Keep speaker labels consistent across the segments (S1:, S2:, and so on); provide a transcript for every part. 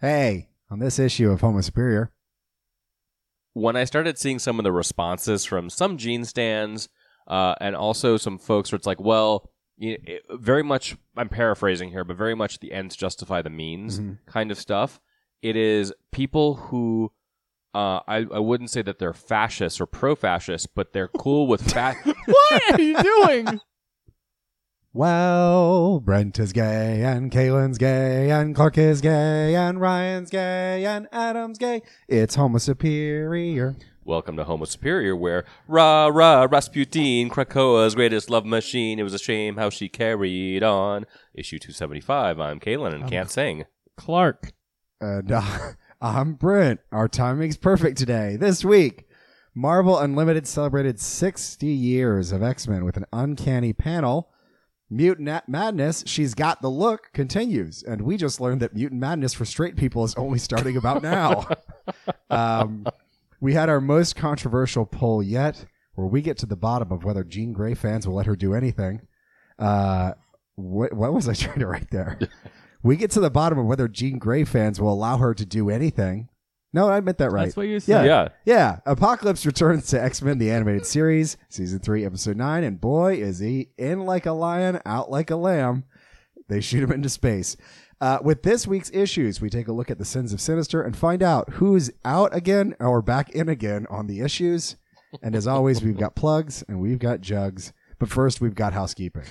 S1: hey, on this issue of Homo Superior.
S2: when I started seeing some of the responses from some gene stands uh, and also some folks where it's like, well, you it, very much, I'm paraphrasing here, but very much the ends justify the means
S1: Mhm.
S2: kind of stuff. It is people who. Uh, I, I wouldn't say that they're fascist or pro-fascist, but they're cool with fat.
S3: What are you doing?
S1: Well, Brent is gay, and Kaylin's gay, and Clark is gay, and Ryan's gay, and Adam's gay. It's Homo Superior.
S2: Welcome to Homo Superior, where rah rah Rasputin, Krakoa's greatest love machine. It was a shame how she carried on. Issue two seventy five. I'm Kaylin and
S3: Um,
S2: can't sing.
S3: Clark.
S1: And uh, I'm Brent. Our timing's perfect today. This week, Marvel Unlimited celebrated 60 years of X Men with an uncanny panel. Mutant At- Madness, She's Got the Look, continues. And we just learned that Mutant Madness for straight people is only starting about now. um, we had our most controversial poll yet, where we get to the bottom of whether Jean Grey fans will let her do anything. Uh, what, what was I trying to write there? we get to the bottom of whether Jean Grey fans will allow her to do anything. No, I meant that right.
S3: That's what you
S1: Yeah.
S3: said.
S2: yeah.
S1: Yeah, Apocalypse returns to X Men: The Animated Series, season three, episode nine, and boy, is he in like a lion, out like a lamb. They shoot him into space. Uh, with this week's issues, we take a look at the sins of Sinister and find out who's out again or back in again on the issues. And as always, we've got plugs and we've got jugs. But first, we've got housekeeping.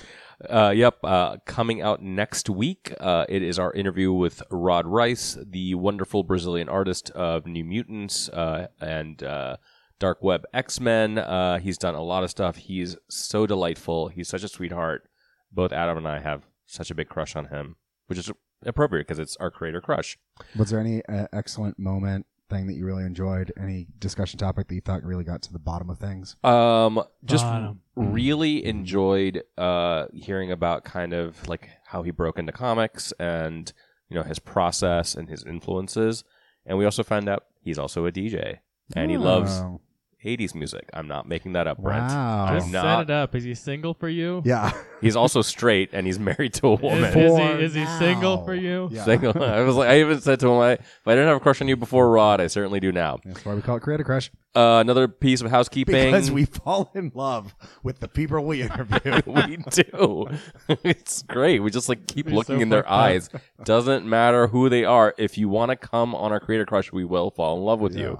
S2: Uh, yep. Uh, coming out next week, uh, it is our interview with Rod Rice, the wonderful Brazilian artist of New Mutants uh, and uh, Dark Web X Men. Uh, he's done a lot of stuff. He's so delightful. He's such a sweetheart. Both Adam and I have such a big crush on him, which is appropriate because it's our creator crush.
S1: Was there any uh, excellent moment, thing that you really enjoyed? Any discussion topic that you thought really got to the bottom of things?
S2: Um, just
S3: Bottom.
S1: Mm-hmm.
S2: really enjoyed uh, hearing about kind of like how he broke into comics and you know his process and his influences. And we also found out he's also a DJ and he loves
S1: Oh,
S2: 80s music. I'm not making that up, Brent.
S1: Wow.
S2: I'm
S3: Just set
S2: not-
S3: it up. Is he single for you?
S1: Yeah.
S2: He's also straight and he's married to a
S3: Is,
S2: woman.
S3: is
S1: For
S3: he, is he
S1: now.
S3: single for you?
S1: Yeah.
S2: Single. I was like, I even said to him, I, if I didn't have a crush on you before Rod, I certainly do now.
S1: That's why we call it Creator Crush.
S2: Uh, another piece of housekeeping.
S1: Because we fall in love with the people we interview.
S2: we do. it's great. We just like keep
S3: We're
S2: looking
S3: so
S2: in their
S3: fucked up.
S2: eyes. Doesn't matter who they are. If you want to come on our Creator Crush, we will fall in love with you.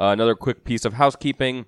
S2: Uh, another quick piece of housekeeping.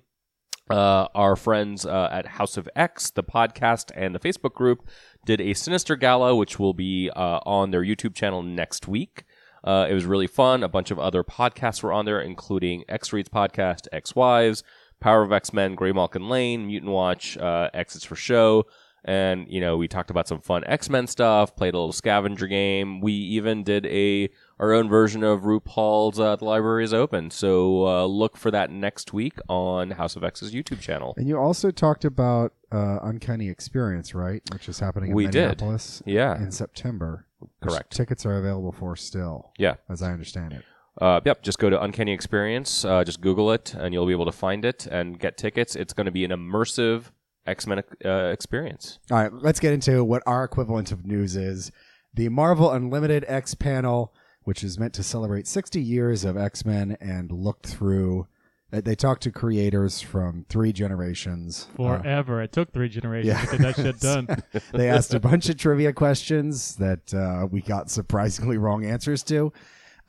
S2: Uh, our friends uh, at House of X, the podcast and the Facebook group, did a Sinister Gala, which will be uh, on their YouTube channel next week. Uh, it was really fun. A bunch of other podcasts were on there, including X Reads Podcast, X Wives, Power of X Men, Grey Malkin Lane, Mutant Watch, uh, Exits for Show. And, you know, we talked about some fun X Men stuff, played a little scavenger game. We even did a our own version of RuPaul's uh, The Library is Open. So uh, look for that next week on House of X's YouTube channel.
S1: And you also talked about uh, Uncanny Experience, right? Which is happening in
S2: We did.
S1: Minneapolis
S2: Yeah.
S1: in September. which
S2: Correct.
S1: Tickets are available for still.
S2: Yeah.
S1: As I understand it.
S2: Uh, yep. Just go to Uncanny Experience. Uh, just Google it, and you'll be able to find it and get tickets. It's going to be an immersive X Men uh, experience.
S1: All right, let's get into what our equivalent of news is. The Marvel Unlimited X panel, which is meant to celebrate 60 years of X Men and looked through. uh, They talked to creators from three generations. Uh,
S3: Forever. it took three generations
S1: yeah.
S3: to get that shit done.
S1: they asked a bunch of trivia questions that uh, we got surprisingly wrong answers to.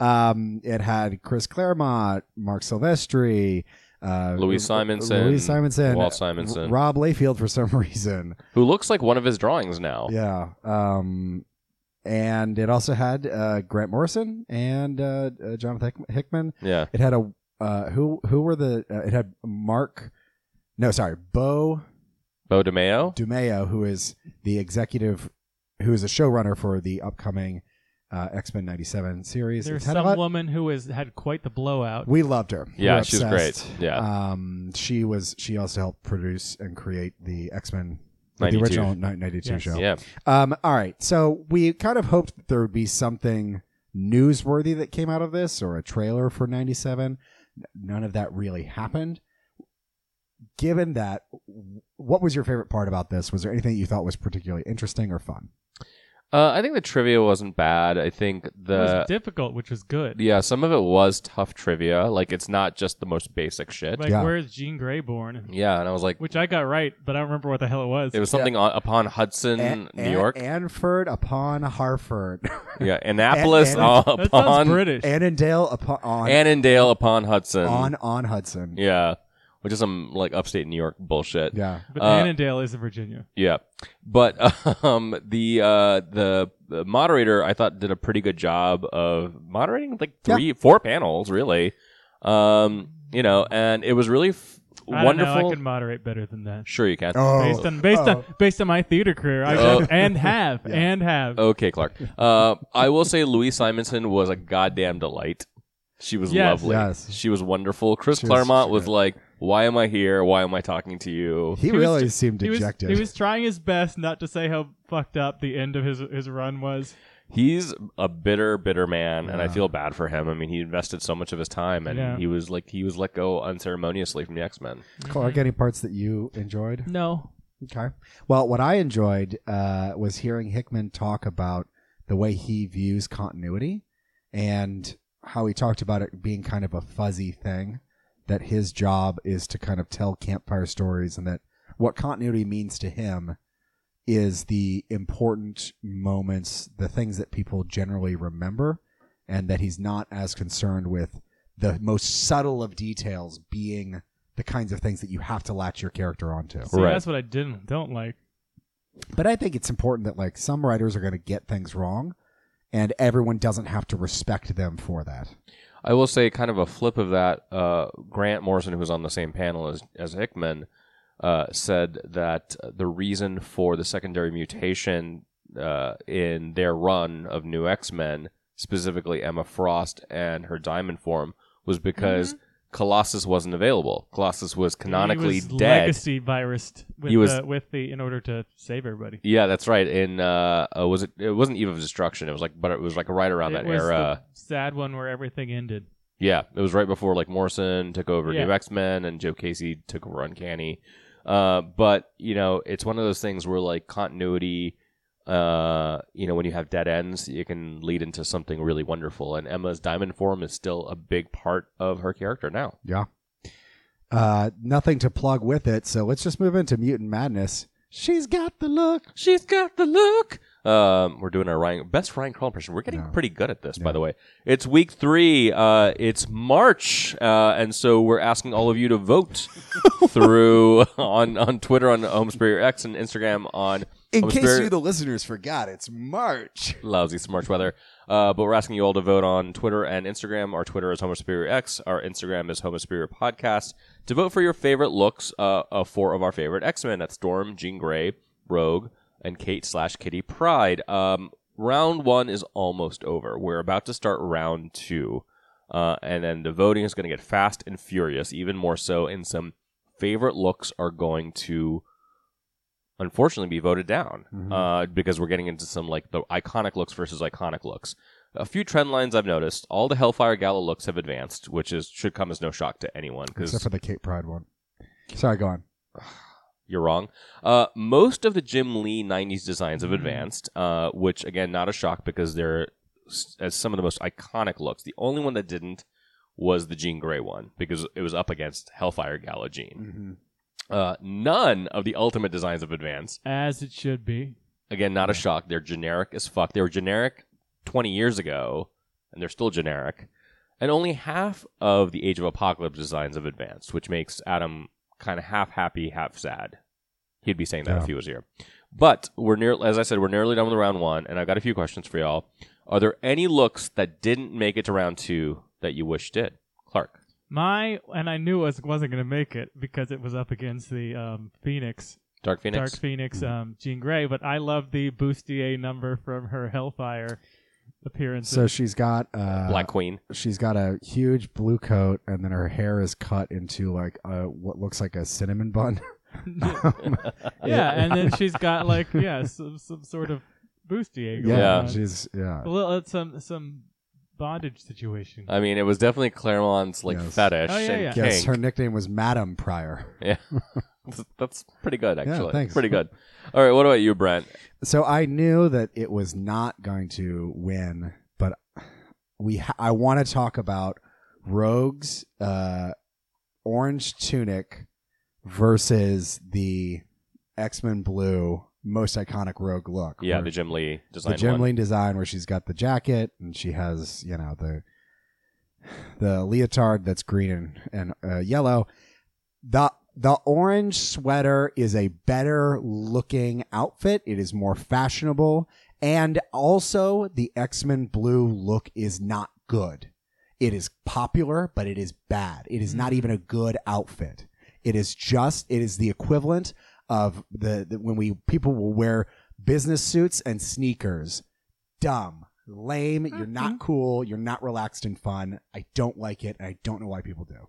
S1: Um, it had Chris Claremont, Mark Silvestri, uh,
S2: Louis Simonson,
S1: Louis Simonson,
S2: Walt Simonson.
S1: Rob Layfield for some reason.
S2: Who looks like one of his drawings now?
S1: Yeah. Um, and it also had uh, Grant Morrison and uh, uh, Jonathan Hick- Hickman.
S2: Yeah.
S1: It had a uh, who who were the uh, it had Mark. No, sorry, Bo
S2: Bo DeMeo.
S1: DeMeo, who is the executive, who is a showrunner for the upcoming uh, X Men '97 series.
S3: There's
S1: It had a
S3: some
S1: lot-
S3: woman who has had quite the blowout.
S1: we loved her. We
S2: Yeah,
S1: were
S2: she's
S1: obsessed.
S2: great. Yeah.
S1: um, she was. She also helped produce and create the X Men, the
S2: 92.
S1: original ni- '92
S3: Yes.
S1: show.
S2: Yeah.
S1: Um, all right, so we kind of hoped that there would be something newsworthy that came out of this, or a trailer for '97. None of that really happened. Given that, what was your favorite part about this? Was there anything that you thought was particularly interesting or fun?
S2: Uh, I think the trivia wasn't bad. I think
S3: It was
S2: the
S3: difficult, which was good.
S2: yeah, some of it was tough trivia. Like it's not just the most basic shit.
S3: Like,
S1: Yeah.
S3: where's Jean Grey born?
S2: yeah, and I was like,
S3: Which I got right, but I don't remember what the hell it was.
S2: it was something on, upon Hudson,
S1: An-
S2: New
S1: An-
S2: York.
S1: Anford upon Harford.
S2: yeah, Annapolis
S1: An-
S2: uh,
S3: that sounds
S2: upon
S3: British.
S1: Annandale upon on
S2: Annandale upon Hudson.
S1: on on Hudson.
S2: Yeah, which is some like upstate New York bullshit.
S1: Yeah.
S3: but
S2: uh,
S3: Annandale is in Virginia.
S2: Yeah, but um, the uh, the the moderator I thought did a pretty good job of moderating like
S1: Yeah.
S2: three, four panels really. Um, you know, and it was really f-
S3: I don't know,
S2: wonderful.
S3: I can moderate better than that.
S2: Sure, you can.
S1: Oh,
S3: Based on based
S1: oh.
S3: on based on my theater career, I
S2: Oh.
S3: could- and have and have.
S1: Oh.
S2: Okay, Clark. Uh, I will say Louise Simonson was a goddamn delight. She was
S3: Yes.
S2: lovely.
S1: Yes.
S2: She was wonderful. Chris
S1: She was-
S2: Claremont
S1: she
S2: was
S1: was-
S2: like, "Why am I here? Why am I talking to you?"
S1: he,
S3: was
S1: really
S3: ju-
S1: seemed
S3: He was,
S1: dejected.
S3: he was trying his best not to say how fucked up the end of his his run was.
S2: He's a bitter, bitter man, and I
S1: Yeah.
S2: feel bad for him. I mean, he invested so much of his time, and
S3: Yeah.
S2: he was like, he was let go unceremoniously from the X Men.
S3: Mm-hmm.
S1: Clark, any parts that you enjoyed?
S3: No.
S1: Okay. Well, what I enjoyed uh, was hearing Hickman talk about the way he views continuity and how he talked about it being kind of a fuzzy thing, that his job is to kind of tell campfire stories and that what continuity means to him is the important moments, the things that people generally remember, and that he's not as concerned with the most subtle of details being the kinds of things that you have to latch your character onto.
S3: See,
S2: Right.
S3: that's what I didn't don't like.
S1: But I think it's important that like some writers are going to get things wrong, and everyone doesn't have to respect them for that.
S2: I will say, kind of a flip of that. Uh, Grant Morrison, who was on the same panel as as Hickman, uh, said that the reason for the secondary mutation uh, in their run of New X Men, specifically Emma Frost and her Diamond form, was because Colossus wasn't available. Colossus was canonically
S3: Mm-hmm. he was
S2: dead.
S3: Legacy virus with
S2: He was-
S3: the, with the in order to save everybody.
S2: Yeah, that's right. In uh, uh, was it? It wasn't Eve of Destruction. It was like, but it was like right around
S3: it
S2: that
S3: was
S2: era.
S3: the sad one where everything ended.
S2: Yeah, it was right before like Morrison took over
S3: Yeah.
S2: New X Men and Joe Casey took over Uncanny. Uh, but you know, it's one of those things where like continuity. Uh, you know, when you have dead ends, it can lead into something really wonderful. And Emma's diamond form is still a big part of her character now.
S1: Yeah. Uh, nothing to plug with it, so let's just move into mutant madness. She's got the look.
S2: She's got the look. Um, we're doing our Ryan best Ryan Kroll impression. We're getting
S1: No.
S2: pretty good at this, by
S1: No.
S2: the way. It's week three. Uh, it's March, uh, and so we're asking all of you to vote through on on Twitter, on Home Superior X, and Instagram on
S1: In
S2: Home
S1: case
S2: Superior-
S1: you, the listeners, forgot, it's March.
S2: lousy smarch weather. Uh, but we're asking you all to vote on Twitter and Instagram. Our Twitter is Homo Superior X. Our Instagram is Homo Superior Podcast. To vote for your favorite looks uh, of four of our favorite X Men. That's Storm, Jean Grey, Rogue, and Kate slash Kitty Pride. Um, round one is almost over. We're about to start round two. Uh, and then the voting is going to get fast and furious, even more so. And some favorite looks are going to, unfortunately, be voted down
S1: Mhm.
S2: uh, because we're getting into some like the iconic looks versus iconic looks. A few trend lines I've noticed: all the Hellfire Gala looks have advanced, which is should come as no shock to anyone
S1: Except
S2: because
S1: for the Kate Pride one. Sorry, go on.
S2: you're wrong. Uh, most of the Jim Lee '90s designs have
S1: Mm-hmm.
S2: advanced, uh, which again, not a shock because they're s- as some of the most iconic looks. The only one that didn't was the Jean Grey one because it was up against Hellfire Gala Jean.
S1: Mm.
S2: Uh, none of the Ultimate designs have advanced.
S3: As it should be.
S2: again, not a shock. They're generic as fuck. They were generic 20 years ago, and they're still generic. And only half of the Age of Apocalypse designs have advanced, which makes Adam kind of half happy, half sad. He'd be saying that
S1: Yeah.
S2: if he was here. But we're near, as I said, we're nearly done with round one, and I've got a few questions for y'all. Are there any looks that didn't make it to round two that you wish did? Clark.
S3: My and I knew I was, wasn't going to make it because it was up against the um, Phoenix,
S2: Dark Phoenix.
S3: Dark Phoenix, um, Jean Grey. But I love the bustier number from her Hellfire appearance.
S1: So she's got uh,
S2: Black Queen.
S1: She's got a huge blue coat, and then her hair is cut into like a, what looks like a cinnamon bun.
S3: yeah, and then she's got like yeah some, some sort of bustier. Going
S2: Yeah.
S3: on.
S1: she's yeah.
S3: a little it's some some bondage situation.
S2: I mean, it was definitely Claremont's like
S1: Yes.
S2: fetish
S3: Oh, yeah,
S2: and
S3: yeah.
S1: Yes,
S2: kink.
S1: her nickname was Madam Pryor.
S2: Yeah. That's- That's pretty good, actually.
S1: thanks.
S2: Pretty good. All right, what about you, Brent?
S1: So I knew that it was not going to win, but we ha- I want to talk about Rogue's uh, orange tunic versus the X Men blue most iconic Rogue look.
S2: Yeah,
S1: where
S2: the Jim Lee design
S1: the Jim
S2: one.
S1: Lee design where she's got the jacket and she has you know the the leotard that's green and, and uh, yellow. the The orange sweater is a better looking outfit. It is more fashionable, and also the X Men blue look is not good. It is popular, but it is bad. It is not even a good outfit. It is just it is the equivalent of the, the when we people will wear business suits and sneakers. Dumb, lame. You're not cool. You're not relaxed and fun. I don't like it, and I don't know why people do.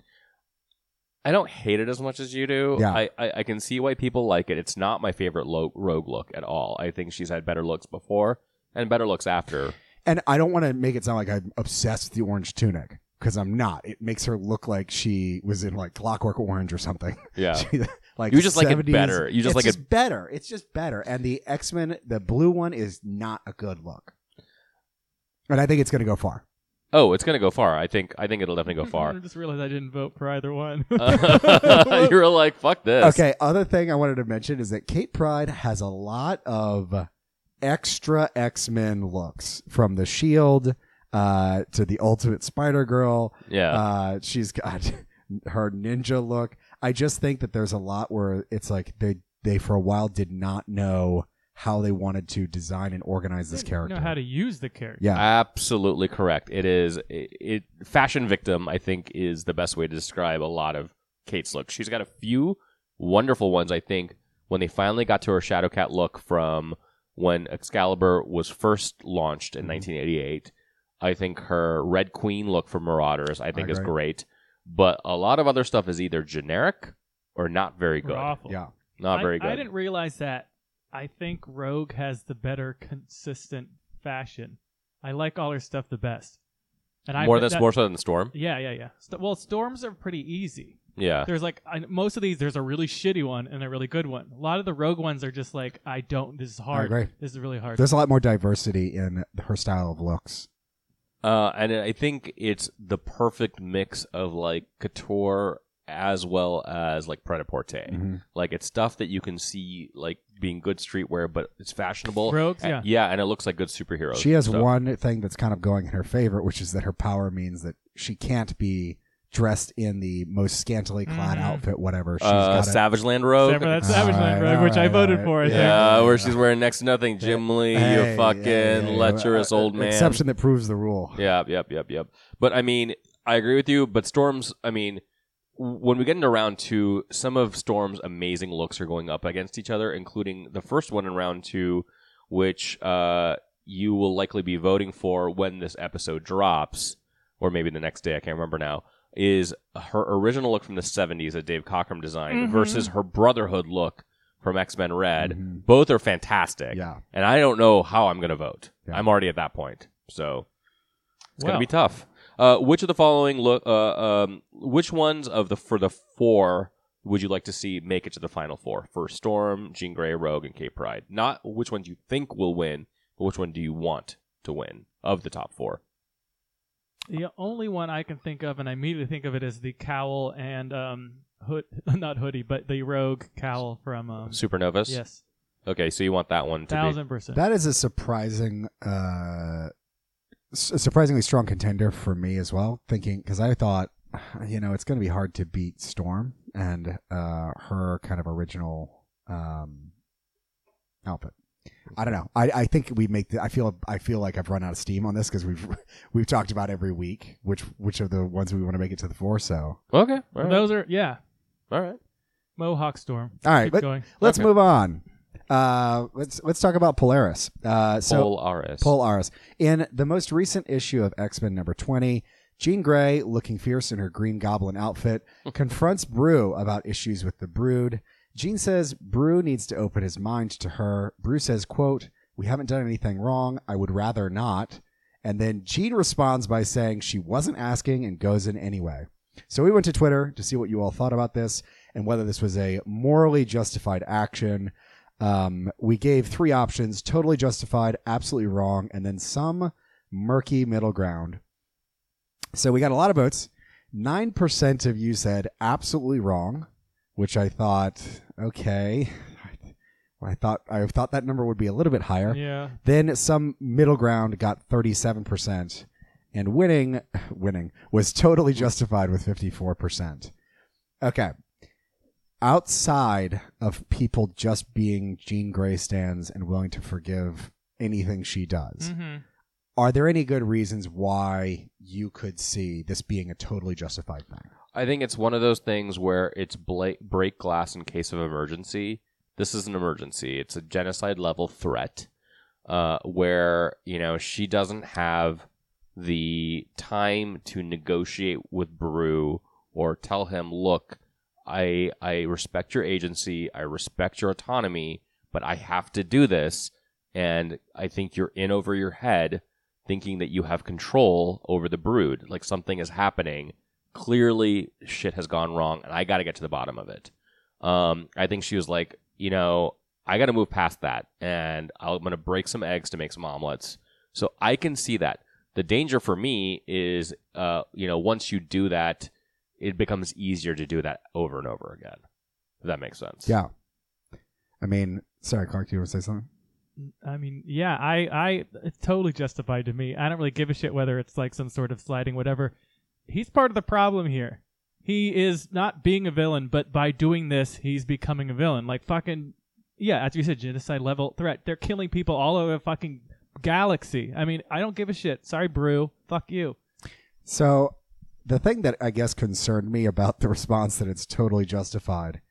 S2: I don't hate it as much as you do.
S1: Yeah.
S2: I, I, I can see why people like it. It's not my favorite lo- rogue look at all. I think she's had better looks before and better looks after.
S1: And I don't want to make it sound like I'm obsessed with the orange tunic because I'm not. It makes her look like she was in like Clockwork Orange or something.
S2: Yeah.
S1: She- like
S2: You just like it
S1: 70s.
S2: better. You just
S1: It's
S2: like it-
S1: better. It's just better. And the X Men, the blue one, is not a good look. And I think it's going to go far.
S2: Oh, it's gonna go far. I think I think it'll definitely go
S3: I
S2: far.
S3: just realized I didn't vote for either one.
S2: You're like fuck this.
S1: Okay. Other thing I wanted to mention is that Kate Pride has a lot of extra X Men looks from the Shield uh, to the Ultimate Spider Girl.
S2: Yeah.
S1: Uh, she's got her ninja look. I just think that there's a lot where it's like they they for a while did not know how they wanted to design and organize this
S3: They didn't
S1: character.
S3: Know how to use the character.
S1: yeah,
S2: Absolutely correct. It is it, it fashion victim. I think is the best way to describe a lot of Kate's look. She's got a few wonderful ones. I think when they finally got to her Shadow Cat look from when Excalibur was first launched in
S1: Mhm.
S2: 1988, I think her Red Queen look from Marauders I think is
S1: agree.
S2: great. But a lot of other stuff is either generic or not very
S3: Were
S2: good.
S3: Awful.
S1: yeah.
S2: Not
S3: I-
S2: very good.
S3: I didn't realize that. I think Rogue has the better consistent fashion. I like all her stuff the best. And I
S2: more
S3: that,
S2: that's more so than Storm.
S3: Yeah, yeah, yeah. St- well, storms are pretty easy.
S2: Yeah.
S3: There's like I, most of these. There's a really shitty one and a really good one. A lot of the Rogue ones are just like I don't. This is hard.
S1: agree.
S3: This is really hard.
S1: There's a lot more diversity in her style of looks.
S2: Uh, and I think it's the perfect mix of like couture as well as like pret a porter.
S1: Mm-hmm.
S2: Like it's stuff that you can see like being good streetwear, but it's fashionable.
S3: Rogues,
S2: And-
S3: yeah.
S2: and it looks like good superheroes.
S1: She has
S2: stuff.
S1: one thing that's kind of going in her favor, which is that her power means that she can't be dressed in the most scantily clad
S3: Mhm.
S1: outfit, whatever. She's
S2: uh,
S1: got Uh,
S2: Savage Land
S3: Except
S2: Rogue.
S3: for that Savage Land
S1: Alright,
S3: Rogue, which I
S1: alright,
S3: voted
S1: alright.
S3: for. I
S2: Yeah,
S3: think.
S2: where she's wearing next to nothing. Jim Lee, you fucking lecherous old man.
S1: Uh, Exception that proves the rule.
S2: Yep, yep, yep, yep. But I mean, I agree with you. But Storm's, I mean, w- when we get into round two, some of Storm's amazing looks are going up against each other, including the first one in round two, which uh, you will likely be voting for when this episode drops, or maybe the next day. I can't remember now. Is her original look from the '70s that Dave Cockrum designed
S3: Mhm.
S2: versus her Brotherhood look from X Men Red?
S1: Mhm.
S2: Both are fantastic,
S1: Yeah.
S2: and I don't know how I'm going to vote.
S1: Yeah.
S2: I'm already at that point, so. It's
S3: Well,
S2: gonna be tough. Uh, which of the following look? Uh, um, which ones of the for the four would you like to see make it to the final four? For Storm, Jean Grey, Rogue, and Cape Pride. Not which ones you think will win, but which one do you want to win of the top four?
S3: The only one I can think of, and I immediately think of it as the cowl and um hood, not hoodie, but the Rogue cowl from um.
S2: Supernovas.
S3: Yes,
S2: Okay, so you want that one to
S3: thousand percent.
S1: That is a surprising, uh, s- a surprisingly strong contender for me as well. Thinking because I thought, you know, it's going to be hard to beat Storm and uh, her kind of original um, outfit. I don't know. I, I think we make. The, I feel. I feel like I've run out of steam on this because we've we've talked about every week which which are the ones we want to make it to the four. So
S2: be. Okay. All
S3: Well,
S2: right.
S3: Those are yeah.
S2: All right.
S3: Mohawk Storm.
S1: all right,
S3: Keep
S1: let,
S3: going.
S1: let's
S2: Okay.
S1: move on. Uh, let's let's talk about Polaris. Uh, so
S2: Polaris.
S1: Polaris. In the most recent issue of X Men number 20, Jean Grey, looking fierce in her Green Goblin outfit, confronts Brew about issues with the Brood. Jean says Brew needs to open his mind to her. Brew says, quote, We haven't done anything wrong. I would rather not. And then Jean responds by saying she wasn't asking and goes in anyway. So we went to Twitter to see what you all thought about this, and whether this was a morally justified action. Um, we gave three options totally justified, absolutely wrong, and then some murky middle ground. So we got a lot of votes. 9% of you said absolutely wrong, which I thought, okay. I thought I thought that number would be a little bit higher.
S3: Yeah.
S1: Then some middle ground got 37%, and winning winning was totally justified with 54%. Okay. Outside of people just being Jean Grey stands and willing to forgive anything she does,
S3: Mm-hmm.
S1: are there any good reasons why you could see this being a totally justified thing?
S2: I think it's one of those things where it's bla- break glass in case of emergency. This is an emergency. It's a genocide level threat uh, where, you know, she doesn't have the time to negotiate with Brew or tell him, look, I, I respect your agency, I respect your autonomy, but I have to do this. And I think you're in over your head thinking that you have control over the brood. Like something is happening clearly shit has gone wrong and I got to get to the bottom of it. Um, I think she was like, you know, I got to move past that and I'll- I'm going to break some eggs to make some omelets. So I can see that. The danger for me is, uh, you know, once you do that, it becomes easier to do that over and over again. If that makes sense.
S1: Yeah. I mean, sorry, Clark, do you want to say something?
S3: I mean, yeah, I, I, it's totally justified to me. I don't really give a shit whether it's like some sort of sliding, whatever. He's part of the problem here. He is not being a villain, but by doing this, he's becoming a villain. Like fucking, yeah, as you said, genocide level threat. They're killing people all over the fucking galaxy. I mean, I don't give a shit. Sorry, Brew. Fuck you.
S1: So, the thing that I guess concerned me about the response that it's totally justified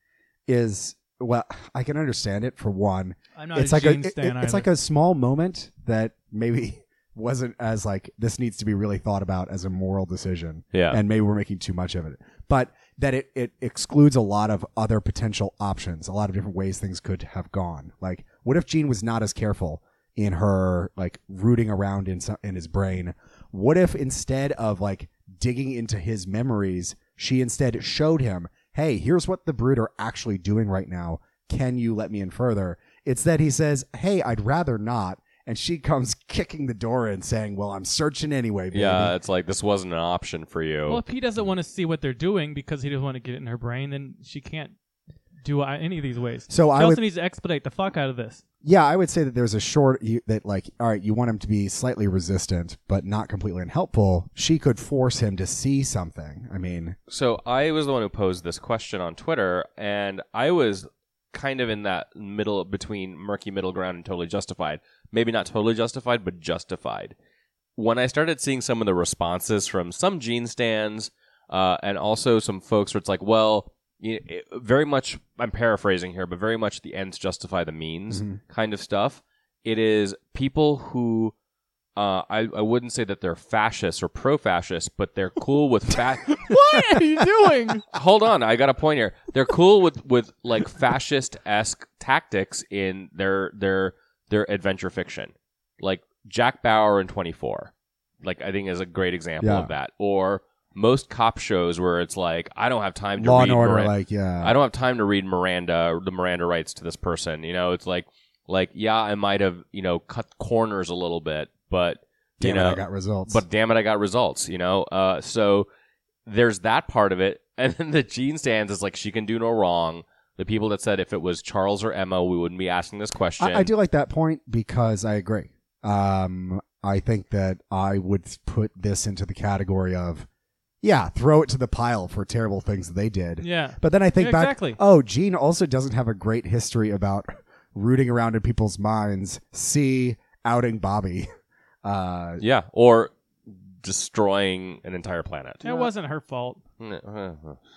S1: is well, I can understand it for one.
S3: I'm not
S1: it's
S3: a
S1: like
S3: Gene
S1: a it-
S3: stan
S1: it- it's
S3: either.
S1: like a small moment that maybe wasn't as like this needs to be really thought about as a moral decision.
S2: Yeah.
S1: and maybe we're making too much of it. But that it, it excludes a lot of other potential options, a lot of different ways things could have gone. Like, what if Jean was not as careful in her like rooting around in some, in his brain? What if instead of like digging into his memories, she instead showed him, "Hey, here's what the brood are actually doing right now. Can you let me in further?" It's that he says, "Hey, I'd rather not." And she comes kicking the door in, saying, "Well, I'm searching anyway, baby."
S2: Yeah. It's like this wasn't an option for you.
S3: Well, if he doesn't want to see what they're doing because he doesn't want to get it in her brain, then she can't do uh, any of these ways.
S1: So
S3: she
S1: I
S3: also
S1: would
S3: needs to expedite the fuck out of this.
S1: Yeah, I would say that there's a short you, that like, all right, you want him to be slightly resistant, but not completely unhelpful. She could force him to see something. I mean,
S2: So I was the one who posed this question on Twitter, and I was kind of in that middle between murky middle ground and totally justified. Maybe not totally justified, but justified. When I started seeing some of the responses from some gene stands, uh, and also some folks where it's like, well, you it, very much, I'm paraphrasing here, but very much the ends justify the means
S1: Mhm.
S2: kind of stuff. It is people who uh, I, I wouldn't say that they're fascists or pro-fascist, but they're cool with fat.
S3: What are you doing?
S2: Hold on, I got a point here. They're cool with with like fascist esque tactics in their their their adventure fiction, like Jack Bauer in Twenty Four. Like I think is a great example
S1: Yeah.
S2: of that. Or most cop shows where it's like I don't have time to
S1: law
S2: read
S1: and order,
S2: Miranda-
S1: like, yeah,
S2: I don't have time to read Miranda or the Miranda rights to this person. You know, it's like like yeah, I might have you know cut corners a little bit, but
S1: damn
S2: you
S1: it,
S2: know
S1: I got results.
S2: but damn it, I got results, you know? Uh, so there's that part of it. And then the Gene stands is like, she can do no wrong. The people that said if it was Charles or Emma, we wouldn't be asking this question.
S1: I, I do like that point because I agree. Um, I think that I would put this into the category of, yeah, throw it to the pile for terrible things that they did.
S3: yeah.
S1: But then I think
S3: Yeah,
S1: back.
S3: exactly.
S1: Oh, Gene also doesn't have a great history about rooting around in people's minds. See, outing Bobby. Uh,
S2: Yeah. Or destroying an entire planet.
S3: That wasn't her fault.
S2: yeah.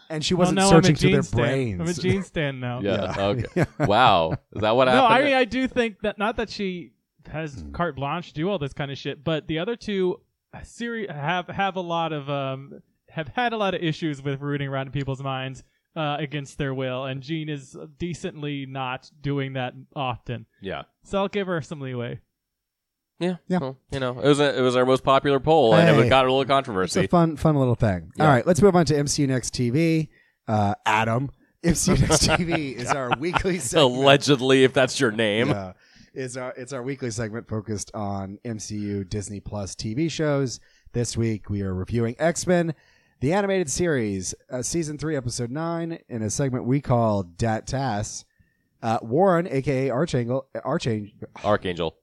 S1: and she wasn't
S3: well, now
S1: searching
S3: I'm a Gene
S1: through their
S3: stan.
S1: brains.
S3: I'm a Gene stan now.
S2: Okay. Wow. Is that what
S3: No,
S2: happened?
S3: I mean, I do think that not that she has carte blanche to do all this kind of shit, but the other two uh, seri- have have a lot of um have had a lot of issues with rooting around in people's minds uh, against their will, and Jean is decently not doing that often.
S2: yeah.
S3: So I'll give her some leeway.
S2: Yeah.
S1: Yeah.
S2: Well, you know, it was a, it was our most popular poll and
S1: Hey.
S2: it got a little
S1: It's a
S2: controversy.
S1: fun, fun little thing.
S2: Yeah.
S1: All right, let's move on to MCU Next TV. Uh, Adam MCNX TV is our weekly segment.
S2: Allegedly, if that's your name.
S1: Yeah. It's our it's our weekly segment focused on MCU Disney Plus TV shows. This week we are reviewing X Men, the animated series, uh, season three, episode nine, in a segment we call Dat Tas. Uh, Warren, aka Archangel, Archangel.
S2: Archangel.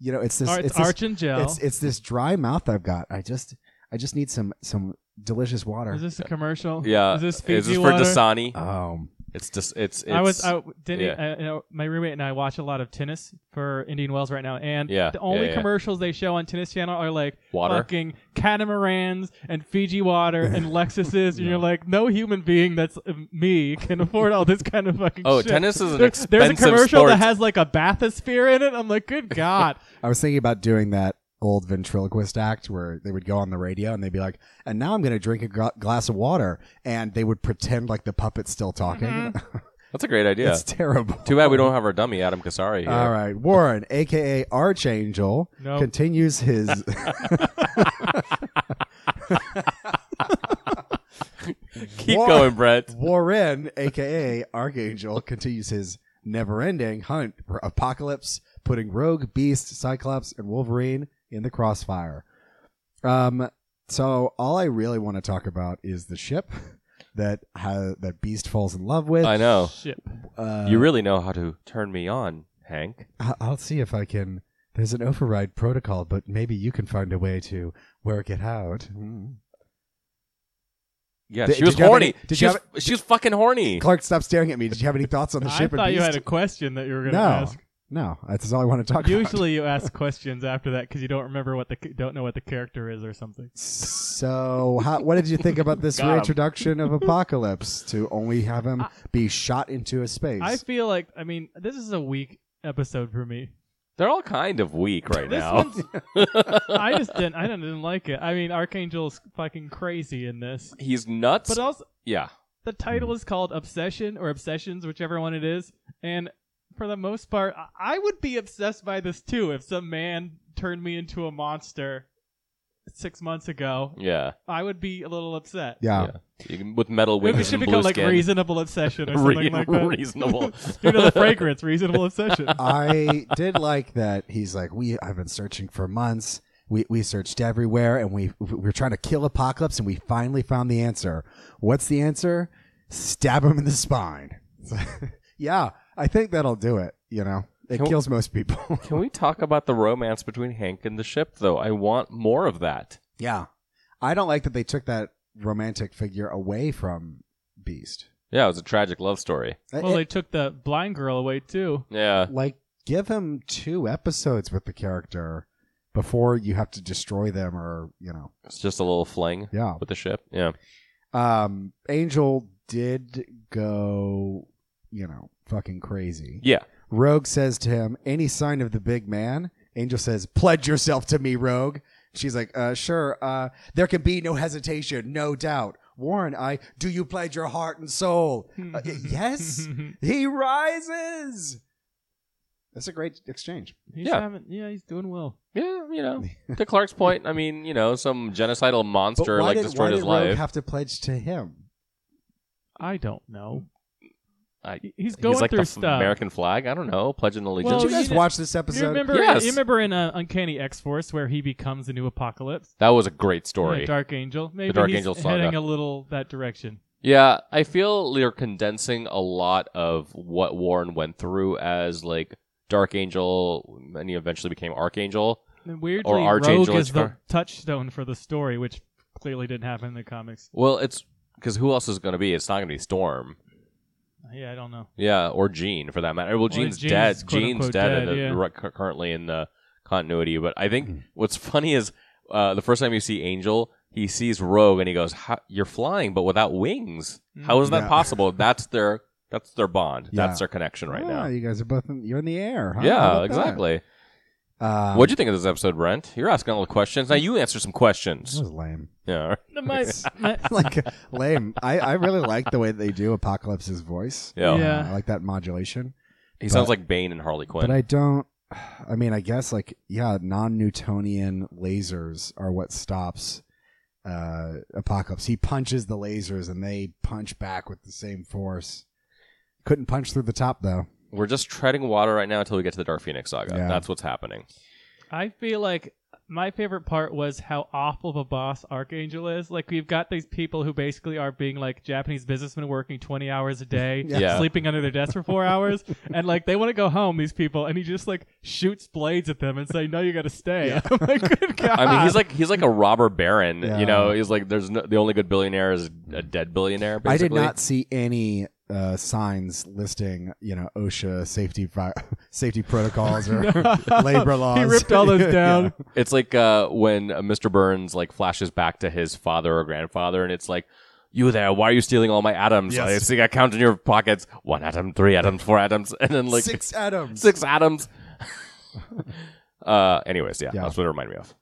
S1: You know, it's this.
S3: All right, it's
S1: this-
S3: Arch and Gel.
S1: it's it's this dry mouth I've got. I just I just need some some delicious water.
S3: is this a commercial?
S2: Yeah.
S3: Is this Fiji
S2: Is this for
S3: water?
S2: Dasani?
S1: um,
S2: it's just it's, it's
S3: I was I didn't
S2: yeah.
S3: uh, you know, my roommate and I watch a lot of tennis for Indian Wells right now, and
S2: Yeah,
S3: the only
S2: yeah, yeah.
S3: commercials they show on Tennis Channel are like
S2: Water.
S3: fucking catamarans and Fiji water and Lexuses, and you're like, no human being that's uh, me can afford all this kind of fucking.
S2: Oh,
S3: shit.
S2: tennis is an
S3: There- There's a
S2: expensive
S3: commercial
S2: sport.
S3: that has like a bathysphere in it. I'm like, good god,
S1: I was thinking about doing that old ventriloquist act where they would go on the radio and they'd be like, "And now I'm going to drink a gla- glass of water," and they would pretend like the puppet's still talking.
S2: that's a great idea.
S1: it's terrible.
S2: Too bad we don't have our dummy Adam Kasari here.
S1: All right, Warren, aka Archangel,
S3: Nope.
S1: continues his
S2: Keep
S1: War-
S2: going, Brett.
S1: Warren, aka Archangel, continues his never-ending hunt for Apocalypse, putting Rogue, Beast, Cyclops, and Wolverine in the crossfire. Um, so all I really want to talk about is the ship that ha- that Beast falls in love with.
S2: I know.
S3: shit.
S1: Uh,
S2: you really know how to turn me on, Hank.
S1: I- I'll see if I can. There's an override protocol, but maybe you can find a way to work it out.
S2: Hmm.
S1: Mm.
S2: Yeah,
S1: Did-
S2: she was
S1: did you have
S2: horny.
S1: any- did
S2: she,
S1: you
S2: was, she was fucking horny.
S1: Clark, stop staring at me. Did you have any thoughts on the
S3: I
S1: ship? and
S3: thought you
S1: Beast?
S3: had a question that you were going to
S1: No.
S3: ask.
S1: No, that's all I want to talk about.
S3: Usually, you ask questions after that because you don't remember what the don't know what the character is or something.
S1: So, how, what did you think about this
S2: Got him.
S1: reintroduction of Apocalypse to only have him be shot into a space?
S3: I feel like I mean this is a weak episode for me.
S2: They're all kind of weak right
S3: This
S2: now.
S3: one's I just didn't I didn't, didn't like it. I mean Archangel's fucking crazy in this.
S2: He's nuts.
S1: uh,
S3: But also
S2: yeah.
S3: the title
S2: Hmm.
S3: is called Obsession or Obsessions, whichever one it is. And for the most part, I- I would be obsessed by this too if some man turned me into a monster six months ago.
S2: Yeah.
S3: I would be a little upset.
S1: yeah.
S2: Yeah. You can, with metal
S3: Maybe
S2: wings
S3: it should
S2: and
S3: become
S2: blue
S3: like
S2: skin.
S3: reasonable obsession or something
S2: Re-
S3: like that.
S2: reasonable.
S3: Due to the fragrance, reasonable obsession.
S1: I did like that he's like, we I've been searching for months. We, we searched everywhere and we we were trying to kill Apocalypse and we finally found the answer. What's the answer? Stab him in the spine. yeah, I think that'll do it. You know, it
S2: Can we-
S1: kills most people.
S2: Can we talk about the romance between Hank and the ship, though? I want more of that.
S1: yeah, I don't like that they took that romantic figure away from Beast.
S2: Yeah, it was a tragic love story.
S3: Well, they took the blind girl away too.
S2: Yeah.
S1: like give him two episodes with the character before you have to destroy them or you know
S2: It's just a little fling
S1: yeah
S2: with the ship. Yeah.
S1: um angel did go you know fucking crazy
S2: Yeah.
S1: rogue says to him any sign of the big man angel says pledge yourself to me rogue she's like uh sure uh there can be no hesitation no doubt warren i do you pledge your heart and soul
S3: Hmm.
S1: Uh, y- yes he rises that's a great exchange
S3: He's
S2: Yeah.
S3: having- yeah, he's doing well.
S2: Yeah, you know. to Clark's point, I mean, you know, some genocidal monster like
S1: did,
S2: destroyed
S1: why
S2: his
S1: did
S2: life.
S1: Rogue have to pledge to him?
S3: I don't know.
S2: I-
S3: He- he's going
S2: He's like
S3: through
S2: the f-
S3: stuff.
S2: American flag. I don't know. Pledging allegiance.
S3: Well,
S1: did you guys
S3: you-
S1: watch this episode?
S3: you remember?
S2: Yes.
S3: You remember in uh, Uncanny X Force where he becomes the new Apocalypse,
S2: that was a great
S3: Yeah,
S2: story.
S3: Dark Angel. Maybe
S2: Dark
S3: he's
S2: Angel saga.
S3: heading a little that direction.
S2: Yeah, I feel they're condensing a lot of what Warren went through as like Dark Angel, and he eventually became Archangel.
S3: And weirdly,
S2: Or Archangel
S3: Rogue is
S2: is
S3: the
S2: for-
S3: touchstone for the story, which clearly didn't happen in the comics.
S2: Well, it's because who else is going to be? It's not going to be Storm.
S3: Yeah, I don't know.
S2: Yeah, or Jean for that matter. Well, Jean's
S3: Jean's
S2: dead.
S3: quote
S2: Jean's
S3: unquote
S2: dead, in
S3: dead,
S2: the,
S3: yeah.
S2: ru- cu- currently in the continuity. But I
S1: Hmm.
S2: think what's funny is uh, the first time you see Angel, he sees Rogue and he goes, "How- "You're flying, but without wings. How is that
S1: Yeah.
S2: possible?" That's their that's their bond.
S1: Yeah.
S2: That's their connection right
S1: Ah,
S2: now.
S1: you guys are both in, you're in the air. Huh? How about
S2: yeah,
S1: that?
S2: exactly.
S1: Uh,
S2: What'd you think of this episode, Brent? You're asking all the questions. Now you answer some
S1: That
S2: questions.
S1: was lame.
S2: Yeah.
S3: My,
S1: It's
S3: my,
S1: like lame. I, I really like the way they do Apocalypse's voice. Uh,
S2: Yeah.
S3: Yeah.
S1: I like that modulation.
S2: He sounds like Bane and Harley Quinn.
S1: But I don't. I mean, I guess like yeah, non-Newtonian lasers are what stops uh, Apocalypse. He punches the lasers, and they punch back with the same force. Couldn't punch through the top though.
S2: We're just treading water right now until we get to the Dark Phoenix saga.
S1: Yeah.
S2: That's what's happening.
S3: I feel like my favorite part was how awful of a boss Archangel is. Like we've got these people who basically are being like Japanese businessmen working twenty hours a day,
S1: Yeah.
S2: Yeah.
S3: sleeping under their desk for four hours, and like they want to go home. These people, and he just like shoots blades at them and say, "No, you got to stay." I'm like, good god.
S2: I mean, he's like he's like a robber baron.
S1: Yeah.
S2: You know, he's like there's no, the only good billionaire is a dead billionaire. Basically.
S1: I did not see any uh, signs listing, you know, OSHA safety vi- safety protocols or labor laws.
S3: He ripped all
S1: Yeah.
S3: those down.
S2: It's like uh, when uh, Mr. Burns like flashes back to his father or grandfather, and it's like, "You there? Why are you stealing all my atoms?
S1: Yes.
S2: I see I count in your pockets: one atom, three atoms, four atoms, and then like
S1: Six atoms.
S2: six atoms." uh, anyways, yeah,
S1: Yeah.
S2: that's what it reminded me of.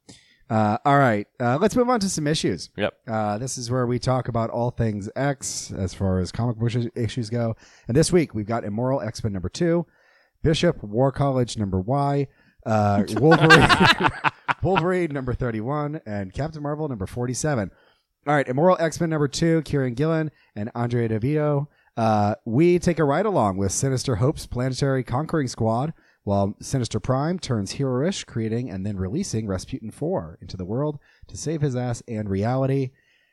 S1: Uh, all right, uh, let's move on to some issues.
S2: Yep.
S1: Uh, this is where we talk about all things X as far as comic book issues- issues go. And this week we've got Immoral X Men number two, Bishop War College number Y, uh, Wolverine, Wolverine number 31, and Captain Marvel number 47. All right, Immoral X Men number two, Kieran Gillen and Andre DeVito. Uh, we take a ride along with Sinister Hope's Planetary Conquering Squad, while Sinister Prime turns heroish, creating and then releasing Rasputin 4 into the world to save his ass and reality.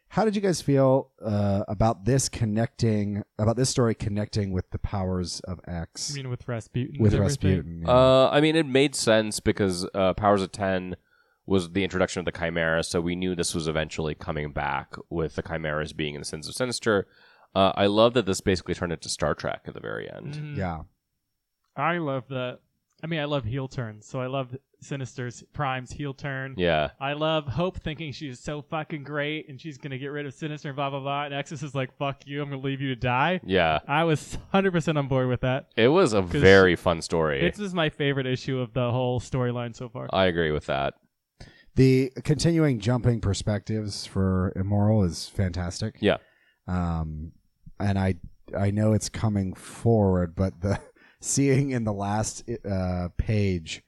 S1: How did you guys feel uh, about this connecting, about this story connecting with the powers of
S3: I
S1: X
S3: mean, with Rasputin. and
S1: with
S3: everything.
S1: Rasputin? yeah.
S2: Uh, I mean, it made sense because uh, Powers of Ten was the introduction of the Chimera, so we knew this was eventually coming back with the Chimeras being in the Sins of Sinister. Uh, I love that this basically turned into Star Trek at the very end.
S3: Mhm.
S1: yeah.
S3: I love the. I mean, I love heel turns. So I love Sinister's Prime's heel turn.
S2: Yeah,
S3: I love Hope thinking she's so fucking great and she's gonna get rid of Sinister and blah blah blah. And Exus is like, "Fuck you, I'm gonna leave you to die."
S2: yeah.
S3: I was 100% on board with that.
S2: It was a
S3: 'Cause
S2: very fun story.
S3: This is my favorite issue of the whole storyline so far.
S2: I agree with that.
S1: The continuing jumping perspectives for Immoral is fantastic.
S2: Yeah.
S1: Um, and I I know it's coming forward, but the seeing in the last uh, page,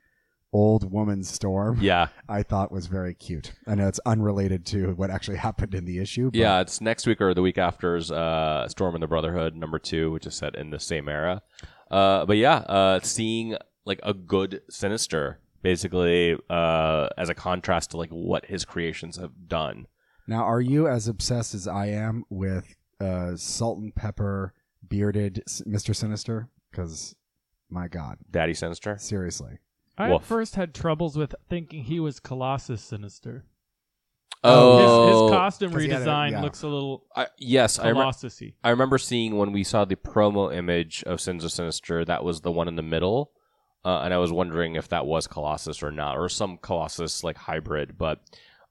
S1: old woman storm,
S2: Yeah,
S1: I thought was very cute. I know it's unrelated to what actually happened in the issue. But
S2: yeah. It's next week or the week after's uh, Storm and the Brotherhood number two, which is set in the same era. Uh, but yeah, uh, seeing like a good Sinister basically uh, as a contrast to like what his creations have done.
S1: Now, are you as obsessed as I am with uh, salt and pepper bearded S- Mister Sinister? Because my God,
S2: Daddy Sinister.
S1: seriously,
S3: I
S2: Woof.
S3: at first had troubles with thinking he was Colossus Sinister.
S1: Oh.
S3: his, his costume
S1: 'Cause he had a-
S3: redesign
S1: yeah.
S3: looks a little
S2: I, yes, I, remember.
S3: Colossusy.
S2: I remember seeing when we saw the promo image of Sins of Sinister. That was the one in the middle, uh, and I was wondering if that was Colossus or not, or some Colossus like hybrid. But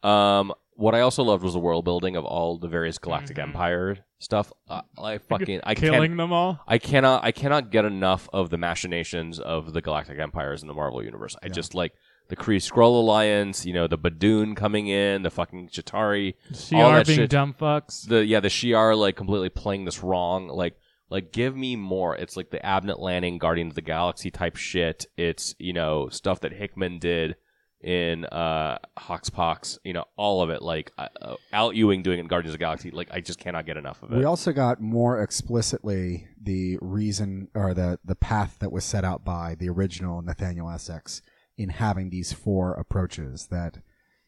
S2: um, what I also loved was the world building of all the various Galactic
S3: Mhm.
S2: Empire stuff. Uh, I fucking I
S3: Killing
S2: can't.
S3: them all.
S2: I cannot I cannot get enough of the machinations of the Galactic Empires in the Marvel universe. I
S1: Yeah.
S2: just like the Kree Skrull Alliance, you know, the Badoon coming in, the fucking Chitari,
S3: She
S2: all
S3: are
S2: that
S3: being
S2: shit-
S3: dumb fucks.
S2: the yeah the Shi'ar like completely playing this wrong. Like like give me more. It's like the Abnett Lanning Guardians of the Galaxy type shit. It's you know stuff that Hickman did in uh Hoxpox. You know all of it. Like uh, uh, Al Ewing doing it in Guardians of the Galaxy. Like I just cannot get enough of it.
S1: we also got more explicitly the reason or the the path that was set out by the original Nathaniel Essex in having these four approaches that.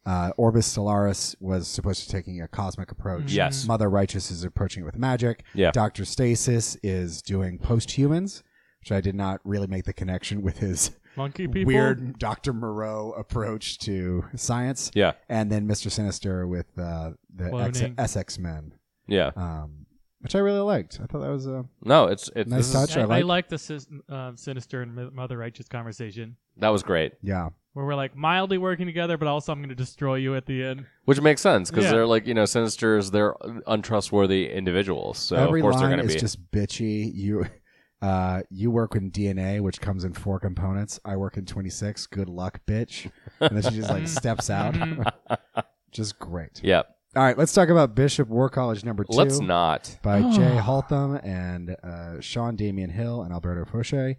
S1: Uh, Orbis Stellaris was supposed to taking a cosmic approach.
S2: Mm-hmm. Yes.
S1: Mother Righteous is approaching it with magic.
S2: Yeah.
S1: Doctor Stasis is doing post-humans, which I did not really make the connection with his
S3: Monkey people.
S1: weird Dr. Moreau approach to science.
S2: yeah
S1: And then Mr. Sinister with uh, the X-
S3: Cloning.
S1: Essex Men,
S2: yeah
S1: um, which I really liked. I thought that was a.
S2: no it's it's
S1: Nice
S2: this is-
S1: touch. I
S3: I, I
S1: like-
S3: like the sis, um, Sinister and Mi- Mother Righteous conversation
S2: that was great.
S1: Yeah.
S3: where we're like mildly working together, but also I'm going to destroy you at the end.
S2: Which makes sense because
S3: Yeah.
S2: they're like you know sinisters, they're untrustworthy individuals. So
S1: Every
S2: of course
S1: line
S2: they're going
S1: is
S2: to be.
S1: just bitchy. You. Uh, you work in DNA, which comes in four components. I work in 26. Good luck, bitch. And then she just like steps out.
S3: Mhm.
S1: just great.
S2: yeah,
S1: All right, let's talk about Bishop War College number 2
S2: let's not.
S1: by Jay Haltham and uh, Sean Damian Hill and Alberto Fauché.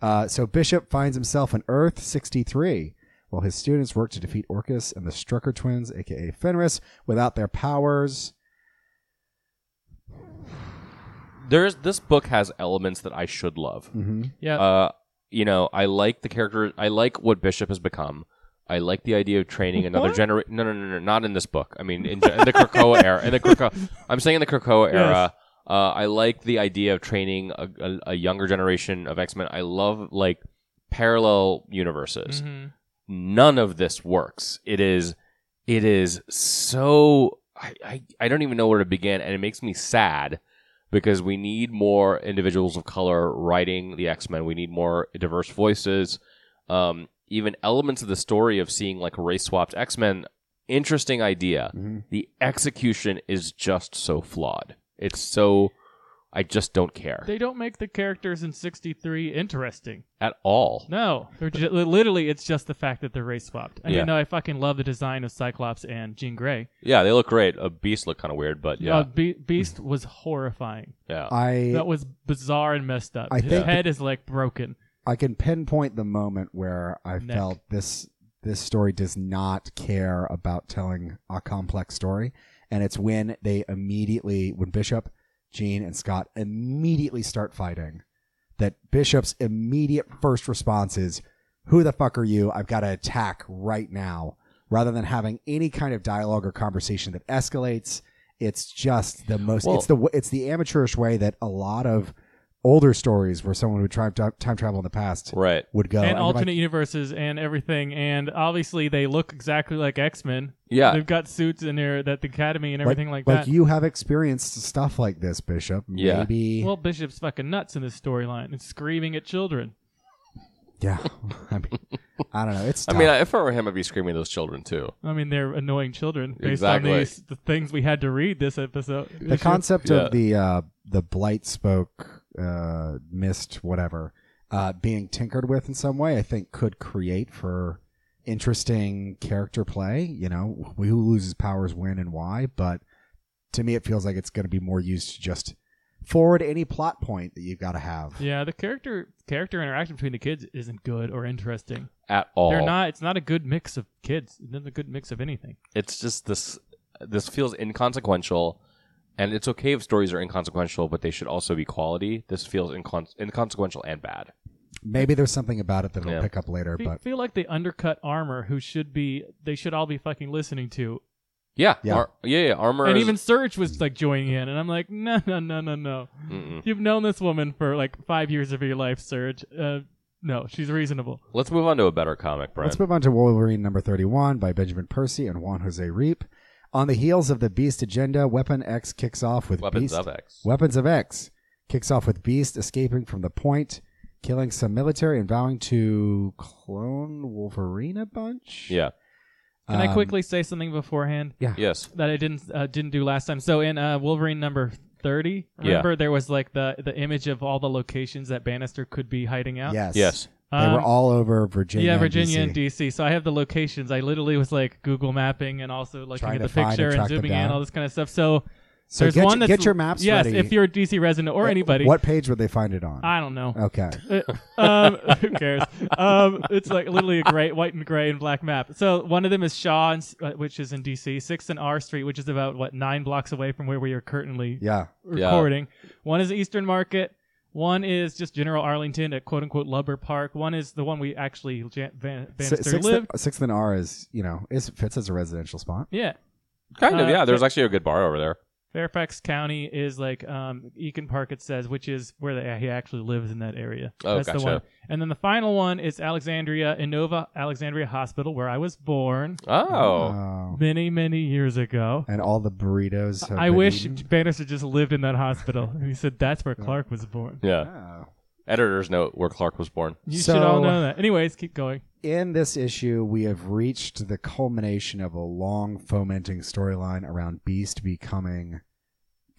S1: Uh, so Bishop finds himself on Earth 63, while his students work to defeat Orcus and the Strucker twins, aka Fenris, without their powers.
S2: There's this book has elements that I should love.
S1: Mm-hmm.
S3: Yeah.
S2: Uh, you know, I like the character. I like what Bishop has become. I like the idea of training another
S3: What?
S2: generation. No, no, no, no, not in this book. I mean, in, ge- in the Krakoa era. In the Krakoa, I'm saying in the Krakoa era. Uh, I like the idea of training a, a, a younger generation of X Men. I love like parallel universes.
S3: Mhm.
S2: None of this works. It is, it is so. I, I, I don't even know where to begin, and it makes me sad because we need more individuals of color writing the X Men. We need more diverse voices. Um, even elements of the story of seeing like race swapped X Men, interesting idea.
S1: Mhm.
S2: The execution is just so flawed. It's so I just don't care
S3: They don't make the characters in 63 interesting.
S2: at all.
S3: No, they're ju- literally it's just the fact that they're race swapped. I
S2: Yeah.
S3: mean, no, I fucking love the design of Cyclops and Jean Grey.
S2: Yeah, they look great. A beast look kind of weird, but yeah,
S3: Uh, Be- Beast was horrifying.
S2: yeah.
S1: I
S3: That was bizarre and messed up.
S1: I
S3: His
S1: think-
S3: head is like broken.
S1: I can pinpoint the moment where I
S3: Neck.
S1: felt this this story does not care about telling a complex story, and it's when they immediately when Bishop, Jean, and Scott immediately start fighting. That Bishop's immediate first response is, "Who the fuck are you? I've got to attack right now." Rather than having any kind of dialogue or conversation that escalates, it's just the most.
S2: Well-
S1: it's the w- it's the amateurish way that a lot of older stories where someone would try time time travel in the past
S2: right.
S1: would go.
S3: and
S1: you're like,
S3: alternate universes and everything. And obviously, they look exactly like X Men.
S2: Yeah,
S3: They've got suits in there that the academy and everything like, that.
S1: you have experienced stuff like this, Bishop.
S2: Yeah.
S1: Maybe.
S3: well, Bishop's fucking nuts in this storyline and screaming at children.
S1: yeah. I mean, I don't know. It's.
S2: I
S1: Tough.
S2: mean, I- if I were him, I'd be screaming at those children too.
S3: I mean, they're annoying children based
S2: Exactly.
S3: on these the things we had to read this episode.
S1: the concept
S2: yeah.
S1: of the uh, the blight spoke uh, mist, whatever, uh, being tinkered with in some way, I think could create for interesting character play. You know, who loses powers when and why, but to me, it feels like it's going to be more used to just forward any plot point that you've got to have.
S3: yeah, the character character interaction between the kids isn't good or interesting.
S2: At all.
S3: They're not. It's not a good mix of kids. It's not a good mix of anything.
S2: It's just this. This feels inconsequential, and it's okay if stories are inconsequential, but they should also be quality. This feels incon- inconsequential and bad.
S1: Maybe there's something about it that I'll
S2: Yeah.
S1: pick up later,
S3: I
S1: but
S3: feel like they undercut armor, who should be they should all be fucking listening to.
S2: Yeah,
S1: Yeah.
S2: Ar- yeah, yeah. Armor
S3: And
S2: is-
S3: even Surge was like joining in, and I'm like, no, no, no, no, no.
S1: Hmm.
S2: Mm-mm.
S3: You've known this woman for like five years of your life, Surge. Uh, no, she's reasonable.
S2: Let's move on to a better comic, Brian.
S1: Let's move on to Wolverine number 31 by Benjamin Percy and Juan Jose Reap. On the heels of the Beast agenda, Weapon X kicks off with
S2: Weapons
S1: Beast.
S2: of X.
S1: Weapons of X kicks off with Beast escaping from the point, killing some military, and vowing to clone Wolverine a bunch.
S2: yeah.
S3: Can I
S1: Um,
S3: quickly say something beforehand?
S2: Yes.
S3: that I didn't uh, didn't do last time. So in uh, Wolverine number thirty,
S2: Yeah.
S3: remember there was like the the image of all the locations that Bannister could be hiding out.
S1: Yes.
S2: Yes.
S1: They
S3: Um,
S1: were all over Virginia.
S3: yeah,
S1: and
S3: Virginia
S1: DC.
S3: and DC. So I have the locations. I literally was like Google mapping and also looking
S1: Trying
S3: at
S1: to
S3: the
S1: find and
S3: picture and,
S1: track them
S3: zooming in,
S1: down.
S3: all this kind of stuff. So,
S1: So
S3: there's
S1: get,
S3: one that's
S1: get your maps
S3: yes,
S1: ready.
S3: if you're a DC resident or anybody.
S1: What page would they find it on?
S3: I don't know.
S1: okay.
S3: Uh, um, who cares? Um, it's like literally a gray, white and gray and black map. So one of them is Shaw, and, uh, which is in DC, Sixth and R Street, which is about what nine blocks away from where we are currently
S1: Yeah.
S2: Yeah.
S3: recording. One is Eastern Market. One is just General Arlington at quote unquote Lubber Park. One is the one we actually Jan- Van- Bannister
S1: Sixth,
S3: lived.
S1: sixth and R is, you know, is, fits as a residential spot.
S3: yeah.
S2: Kind of.
S3: Uh,
S2: Yeah. There's actually a good bar over there.
S3: Fairfax County is like um, Eakin Park, it says, which is where the, he actually lives in that area.
S2: Oh,
S3: That's
S2: gotcha.
S3: the one. And then the final one is Alexandria, Inova Alexandria Hospital, where I was born
S2: Oh.
S1: Oh.
S3: many, many years ago.
S1: and all the burritos. Have
S3: I
S1: been
S3: wish
S1: eaten.
S3: Bannister just lived in that hospital. he said that's where Clark was born.
S2: yeah.
S1: Oh.
S2: Editor's note: Where Clark was born.
S3: You
S1: So-
S3: should all know that. Anyways, keep going.
S1: In this issue, we have reached the culmination of a long fomenting storyline around Beast becoming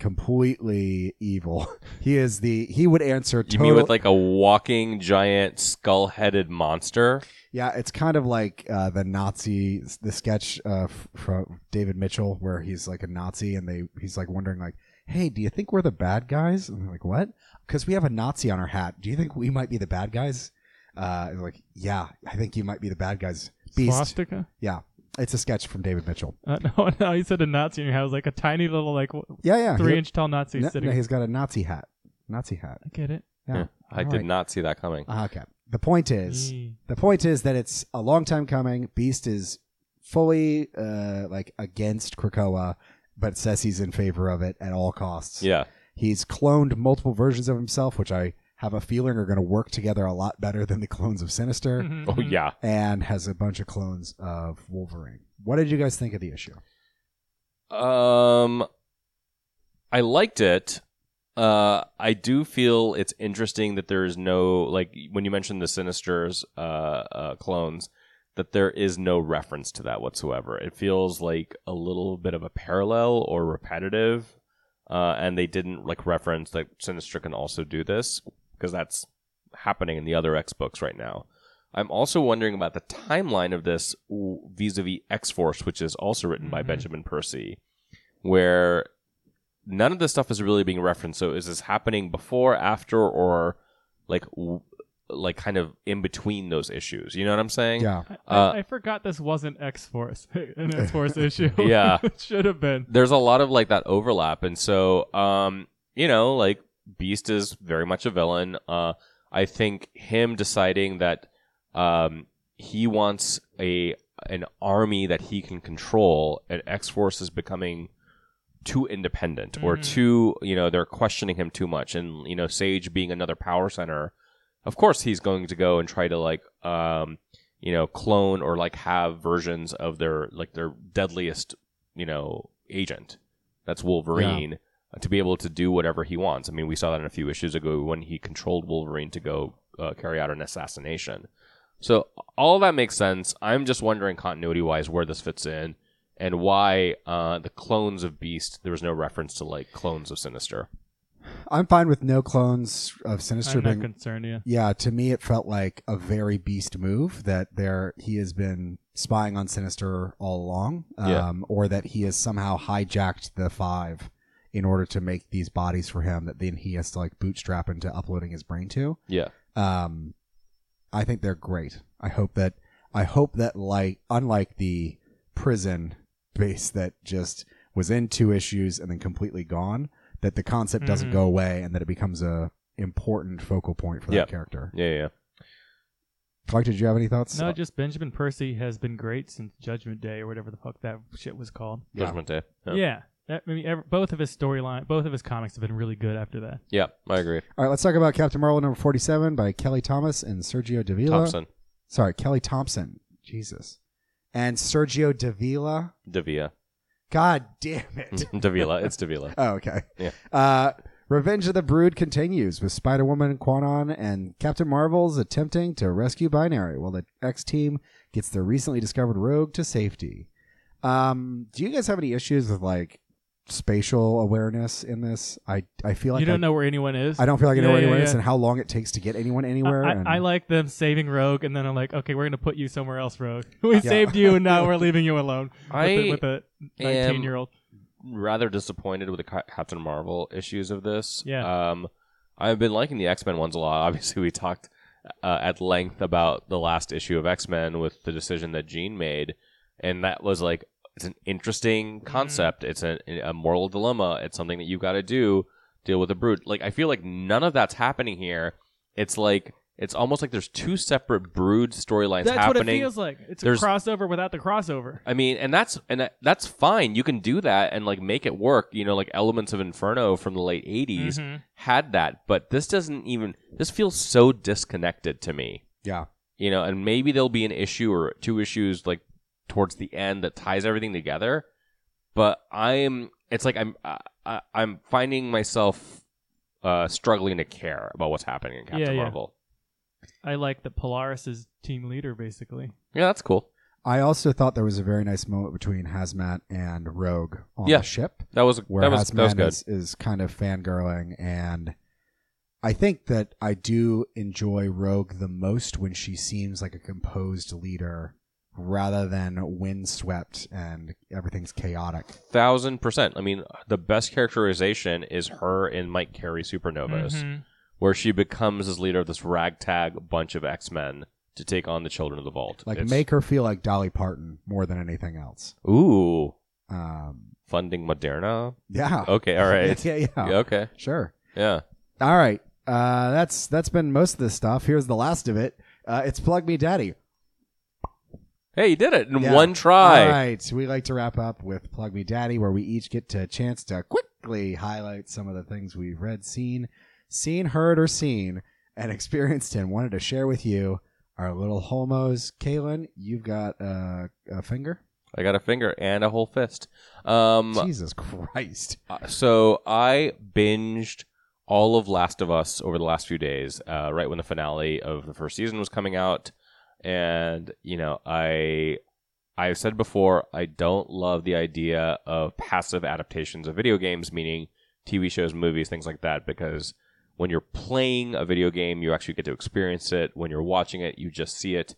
S1: completely evil. he is the he would answer
S2: You
S1: total.
S2: mean with like a walking giant skull-headed monster?
S1: yeah, it's kind of like uh, the Nazi the sketch uh, f- from David Mitchell where he's like a Nazi and they he's like wondering like, hey, do you think we're the bad guys? And they're like, what? Because we have a Nazi on our hat. Do you think we might be the bad guys? Uh, and like, yeah, I think you might be the bad guys. Beast.
S3: Swastika?
S1: Yeah, it's a sketch from David Mitchell.
S3: Uh, no, no, he said a Nazi in your house, like a tiny little, like w-
S1: Yeah, yeah.
S3: three
S1: he-
S3: inch tall Nazi
S1: Oh, no,
S3: sitting.
S1: no, he's got a Nazi hat. Nazi hat.
S3: I get it.
S1: Yeah.
S2: Yeah. I
S1: All
S2: did
S1: right.
S2: not see that coming.
S1: Ah, Okay. The point is,
S3: Mm.
S1: the point is that it's a long time coming. Beast is fully uh, like against Krakoa, but says he's in favor of it at all costs.
S2: Yeah.
S1: He's cloned multiple versions of himself, which I have a feeling are going to work together a lot better than the clones of Sinister,
S3: Mhm,
S2: Oh
S3: mhm.
S2: yeah.
S1: and has a bunch of clones of Wolverine. What did you guys think of the issue?
S2: Um, I liked it. Uh, I do feel it's interesting that there is no like when you mentioned the Sinister's uh, uh clones that there is no reference to that whatsoever. It feels like a little bit of a parallel or repetitive, uh, and they didn't like reference that Sinister can also do this because that's happening in the other X books right now. I'm also wondering about the timeline of this w- vis-a-vis X-Force, which is also written by
S3: Mhm.
S2: Benjamin Percy, where none of this stuff is really being referenced. So is this happening before, after, or like w- like kind of in between those issues? You know what I'm saying?
S1: Yeah.
S3: I,
S2: Uh,
S3: I, I forgot this wasn't X Force, an X Force issue.
S2: Yeah.
S3: it should have been.
S2: There's a lot of like that overlap, and so um, you know, like Beast is very much a villain. Uh, I think him deciding that um, he wants a an army that he can control, and X Force is becoming too independent or
S3: Mhm.
S2: too you know they're questioning him too much, and you know Sage being another power center, of course he's going to go and try to like um, you know clone or like have versions of their like their deadliest you know agent that's Wolverine to be able to do whatever he wants. I mean, we saw that in a few issues ago when he controlled Wolverine to go uh, carry out an assassination. So all that makes sense. I'm just wondering continuity wise where this fits in and why uh, the clones of Beast there was no reference to like clones of Sinister.
S1: I'm fine with no clones of Sinister
S3: I'm
S1: being
S3: not concerned. Yeah.
S1: Yeah, to me it felt like a very beast move that there he has been spying on Sinister all along, um,
S2: Yeah.
S1: or that he has somehow hijacked the five in order to make these bodies for him that then he has to like bootstrap into uploading his brain to.
S2: Yeah,
S1: Um, I think they're great. I hope that I hope that like unlike the prison base that just was in two issues and then completely gone, that the concept doesn't
S3: Mhm.
S1: go away and that it becomes a important focal point for that
S2: Yep.
S1: character.
S2: yeah, yeah.
S1: Clark, did you have any thoughts?
S3: No, just Benjamin Percy has been great since Judgment Day or whatever the fuck that shit was called.
S1: Yeah.
S2: Judgment Day. Yeah.
S3: Yeah. That, I mean, ever, both of his storyline, both of his comics have been really good after that.
S2: Yeah, I agree.
S1: All right, let's talk about Captain Marvel number 47 by Kelly Thomas and Sergio Davila.
S2: Thompson,
S1: Sorry, Kelly Thompson. Jesus. And Sergio Davila.
S2: Davila,
S1: God damn it.
S2: Davila. It's Davila.
S1: oh, okay.
S2: Yeah.
S1: Uh, Revenge of the Brood continues with Spider Woman, Quanon, and Captain Marvel's attempting to rescue Binary while the X team gets their recently discovered rogue to safety. Um, do you guys have any issues with like spatial awareness in this? I, I feel like
S3: you don't
S1: I
S3: know where anyone is.
S1: I don't feel like I know
S3: Yeah,
S1: where
S3: yeah,
S1: anyone is
S3: yeah.
S1: and how long it takes to get anyone anywhere.
S3: I,
S1: and
S3: I like them saving Rogue, and then I'm like, okay, we're gonna put you somewhere else, Rogue. we
S1: Yeah.
S3: saved you, and now we're leaving you alone
S2: I
S3: with, the, with a
S2: am-
S3: 19 year old.
S2: rather disappointed with the Ca- Captain Marvel issues of this.
S3: Yeah.
S2: Um, I've been liking the X Men ones a lot. Obviously, we talked uh, at length about the last issue of X Men with the decision that Jean made, and that was like it's an interesting
S3: Mm-hmm.
S2: concept. It's a, a moral dilemma. It's something that you've got to do deal with the brood. Like I feel like none of that's happening here. It's like it's almost like there's two separate brood storylines
S3: That's
S2: happening.
S3: what it feels like. It's
S2: There's-
S3: a crossover without the crossover.
S2: I mean, and that's and that, that's fine. You can do that and like make it work. You know, like Elements of Inferno from the late 80s
S3: Mhm.
S1: Mm-hmm.
S2: had that, but this doesn't even. This feels so disconnected to me.
S1: yeah,
S2: You know, and maybe there'll be an issue or two issues like towards the end that ties everything together. But I'm. It's like I'm. I, I, I'm finding myself uh, struggling to care about what's happening in Captain
S3: Yeah, yeah.
S2: Marvel.
S3: I like that Polaris is team leader basically.
S2: Yeah, that's cool.
S1: I also thought there was a very nice moment between Hazmat and Rogue on
S2: Yeah.
S1: the ship,
S2: That was
S1: where
S2: that was
S1: Hazmat
S2: that was good.
S1: Is, is kind of fangirling, and I think that I do enjoy Rogue the most when she seems like a composed leader rather than windswept and everything's chaotic.
S2: thousand percent. I mean, the best characterization is her in Mike Carey Supernovas,
S3: Mhm.
S2: where she becomes as leader of this ragtag bunch of X Men to take on the Children of the Vault.
S1: Like
S2: It's-
S1: make her feel like Dolly Parton more than anything else.
S2: ooh
S1: Um,
S2: funding Moderna.
S1: yeah.
S2: Okay, all right.
S1: yeah, yeah,
S2: Yeah, okay,
S1: Sure.
S2: yeah.
S1: All right. Uh, that's that's been most of this stuff. Here's the last of it. Uh, it's Plug Me Daddy.
S2: Hey, you did it in
S1: Yeah.
S2: one try.
S1: All right. We like to wrap up with Plug Me Daddy, where we each get to a chance to quickly highlight some of the things we've read, seen, seen, heard, or seen, and experienced, and wanted to share with you, our little homos. Kaylin, you've got uh, a finger.
S2: I got a finger and a whole fist. Um,
S1: Jesus Christ.
S2: Uh, so I binged all of Last of Us over the last few days, uh, right when the finale of the first season was coming out, and you know I I've said before I don't love the idea of passive adaptations of video games, meaning TV shows, movies, things like that, because when you're playing a video game, you actually get to experience it. When you're watching it, you just see it.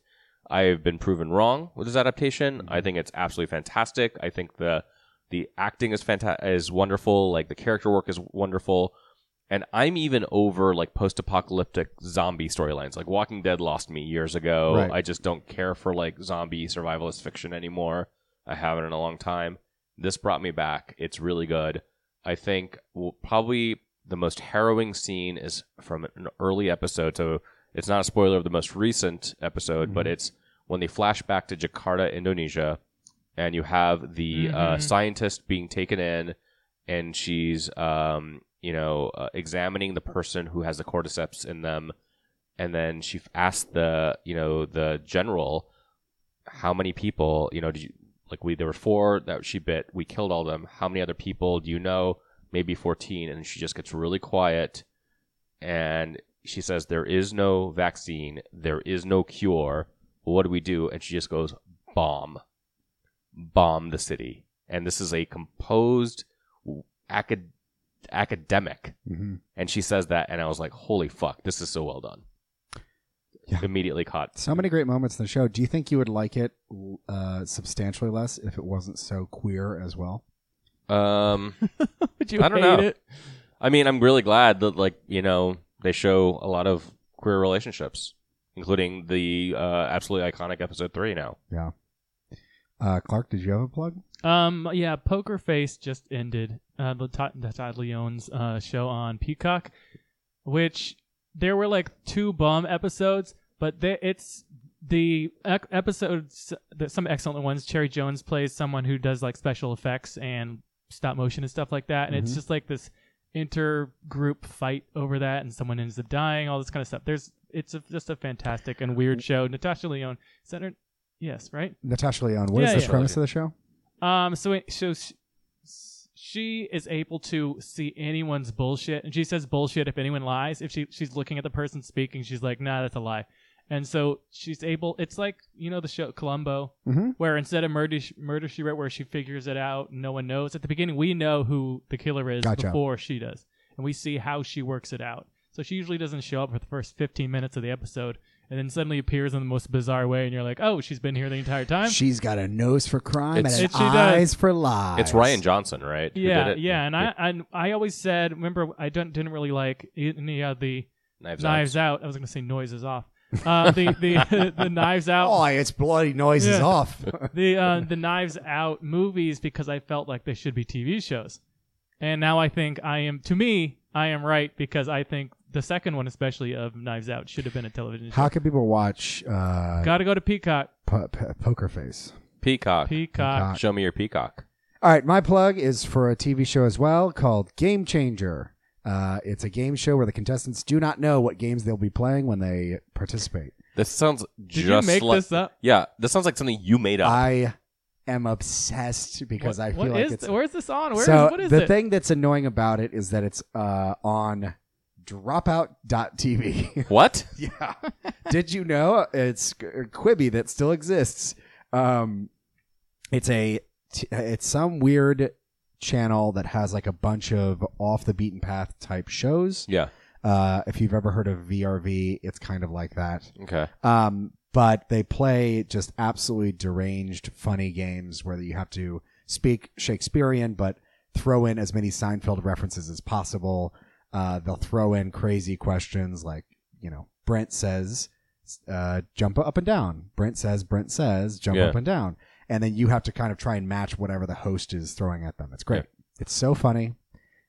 S2: I have been proven wrong with this adaptation. I think it's absolutely fantastic. I think the the acting is fantastic, is wonderful. Like the character work is wonderful, and I'm even over like post-apocalyptic zombie storylines. Like Walking Dead lost me years ago.
S1: Right.
S2: I just don't care for like zombie survivalist fiction anymore. I haven't in a long time. This brought me back. It's really good. I think w probably the most harrowing scene is from an early episode. So it's not a spoiler of the most recent episode, but it's when they flash back to Jakarta, Indonesia, and you have the uh,
S3: Mhm.
S2: scientist being taken in, and she's um, you know uh, examining the person who has the cordyceps in them, and then she f- asked the you know the general how many people you know did you like we there were four that she bit we killed all of them how many other people do you know maybe 14 and she just gets really quiet and she says there is no vaccine there is no cure what do we do and she just goes bomb bomb the city and this is a composed acad- academic
S1: Mm-hmm.
S2: and she says that and i was like holy fuck this is so well done
S1: Yeah.
S2: immediately caught
S1: So many great moments in the show. Do you think you would like it uh, substantially less if it wasn't so queer as well?
S2: um
S3: Would you
S2: I don't
S3: hate
S2: know.
S3: it?
S2: I mean, I'm really glad that, like, you know, they show a lot of queer relationships, including the uh, absolutely iconic episode three now.
S1: Uh, Clark, did you have a plug?
S3: Um, yeah, Poker Face just ended. Uh, the Todd, the Todd Leon's uh, show on Peacock, which there were like two bum episodes, but they, it's the ec- episodes that some excellent ones. Cherry Jones plays someone who does like special effects and stop motion and stuff like that, and it's
S1: Mhm.
S3: just like this inter-group fight over that, and someone ends up dying, all this kind of stuff. There's it's a, just a fantastic and weird show. Natasha Leone, is that her? Yes, right.
S1: Natasha Leon, What is
S3: Yeah,
S1: the
S3: yeah.
S1: premise of the show?
S3: Um. So it, so sh- she is able to see anyone's bullshit, and she says bullshit if anyone lies. If she she's looking at the person speaking, she's like, "Nah, that's a lie." And so she's able. It's like you know the show Columbo,
S1: Mhm.
S3: where instead of murder She- murder she wrote, where she figures it out, no one knows at the beginning. We know who the killer is
S1: Gotcha.
S3: before she does, and we see how she works it out. So she usually doesn't show up for the first fifteen minutes of the episode, and then suddenly appears in the most bizarre way, and you're like, "Oh, she's been here the entire time."
S1: She's got a nose for crime
S2: It's-
S1: and
S3: It-
S1: an
S3: she does.
S1: eyes for lies.
S2: It's Ryan Johnson, right? who
S3: Yeah,
S2: did it?
S3: yeah, and I, and I always said, remember, I don't, didn't really like e, any of the
S2: Knives,
S3: Knives Out. I was going to say Noises Off. Uh, the the the Knives Out,
S1: Oh, it's bloody noises
S3: Yeah.
S1: off.
S3: the uh, the Knives Out movies because I felt like they should be TV shows, and now I think I am. To me, I am right because I think the second one, especially of Knives Out, should have been a television show.
S1: How can people watch uh,
S3: Got to go to Peacock.
S1: p- p- Poker Face?
S2: Out. Peacock.
S3: Peacock.
S2: Show me your peacock.
S1: All right, my plug is for a TV show as well called Game Changer. Uh, it's a game show where the contestants do not know what games they'll be playing when they participate.
S2: This sounds
S3: Did
S2: just
S3: you make
S2: like.
S3: this up?
S2: Yeah, this sounds like something you made up.
S1: I am obsessed because
S3: What-
S1: I feel
S3: what
S1: like
S3: is
S1: it's
S3: th- where's this on? Where is
S1: so
S3: what is
S1: the
S3: it?
S1: thing that's annoying about it is that it's uh, on dropout.tv.
S2: what?
S1: yeah. Did you know it's uh, Quibi that still exists? Um, it's a t- it's some weird channel that has like a bunch of off the beaten path type shows.
S2: Yeah.
S1: Uh, if you've ever heard of VRV, it's kind of like that.
S2: Okay.
S1: Um, but they play just absolutely deranged, funny games where you have to speak Shakespearean, but throw in as many Seinfeld references as possible. Uh, they'll throw in crazy questions like, you know, Brent says uh, jump up and down. Brent says, Brent says, jump
S2: Yeah.
S1: up and down. And then you have to kind of try and match whatever the host is throwing at them. It's great. It's so funny.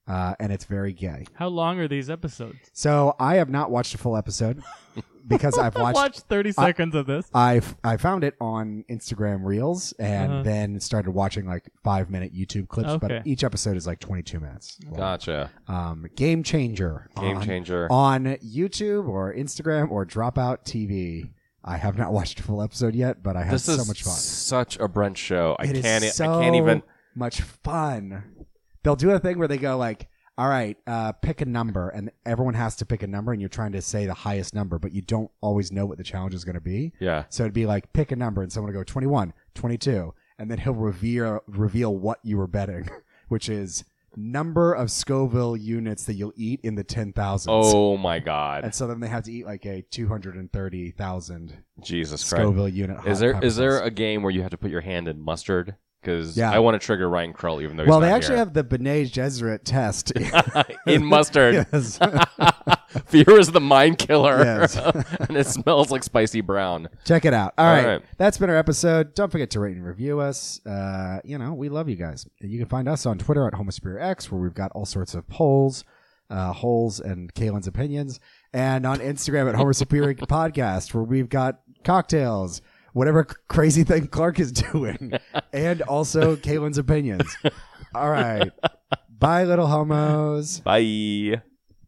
S1: Uh, and it's very gay.
S3: How long are these episodes?
S1: So I have not watched a full episode because I've
S3: Watch,
S1: watched.
S3: thirty
S1: I-
S3: seconds of this.
S1: I, f- I found it on Instagram Reels and
S3: Uh-huh.
S1: then started watching like five minute YouTube clips.
S3: Okay.
S1: But each episode is like 22 minutes. long.
S2: Gotcha.
S1: Um, Game Changer.
S2: Game
S1: on-
S2: changer.
S1: on YouTube or Instagram or Dropout TV. I have not watched a full episode yet, but I had
S2: This
S1: so
S2: is
S1: much fun.
S2: such a Brent show. I
S1: It is
S2: can't.
S1: so
S2: I can't even.
S1: much fun. They'll do a thing where they go like, "All right, uh, pick a number," and everyone has to pick a number, and you're trying to say the highest number, but you don't always know what the challenge is going to be.
S2: Yeah.
S1: So it'd be like, pick a number, and someone would go 21, 22, and then he'll reveal reveal what you were betting, which is number of Scoville units that you'll eat in the ten thousands.
S2: Oh my God.
S1: And so then they have to eat like a 230,000
S2: Jesus Christ.
S1: Scoville unit. hot
S2: Is there
S1: pepper
S2: is there
S1: sauce.
S2: a game where you have to put your hand in mustard? Because
S1: Yeah.
S2: I want to trigger Ryan Krull, even though he's
S1: well, they
S2: not
S1: actually have the Bene Gesserit test.
S2: have in mustard.
S1: Yes.
S2: Fear is the mind killer,
S1: Yes.
S2: and it smells like spicy brown.
S1: Check it out. All
S2: All
S1: right.
S2: right.
S1: That's been our episode. Don't forget to rate and review us. Uh, you know, we love you guys. You can find us on Twitter at HomoSphere X, where we've got all sorts of polls, uh, holes, and Kalen's opinions. And on Instagram at Homer Superior Podcast, where we've got cocktails, whatever c- crazy thing Clark is doing, and also Kalen's opinions. All right. Bye, little homos.
S2: Bye.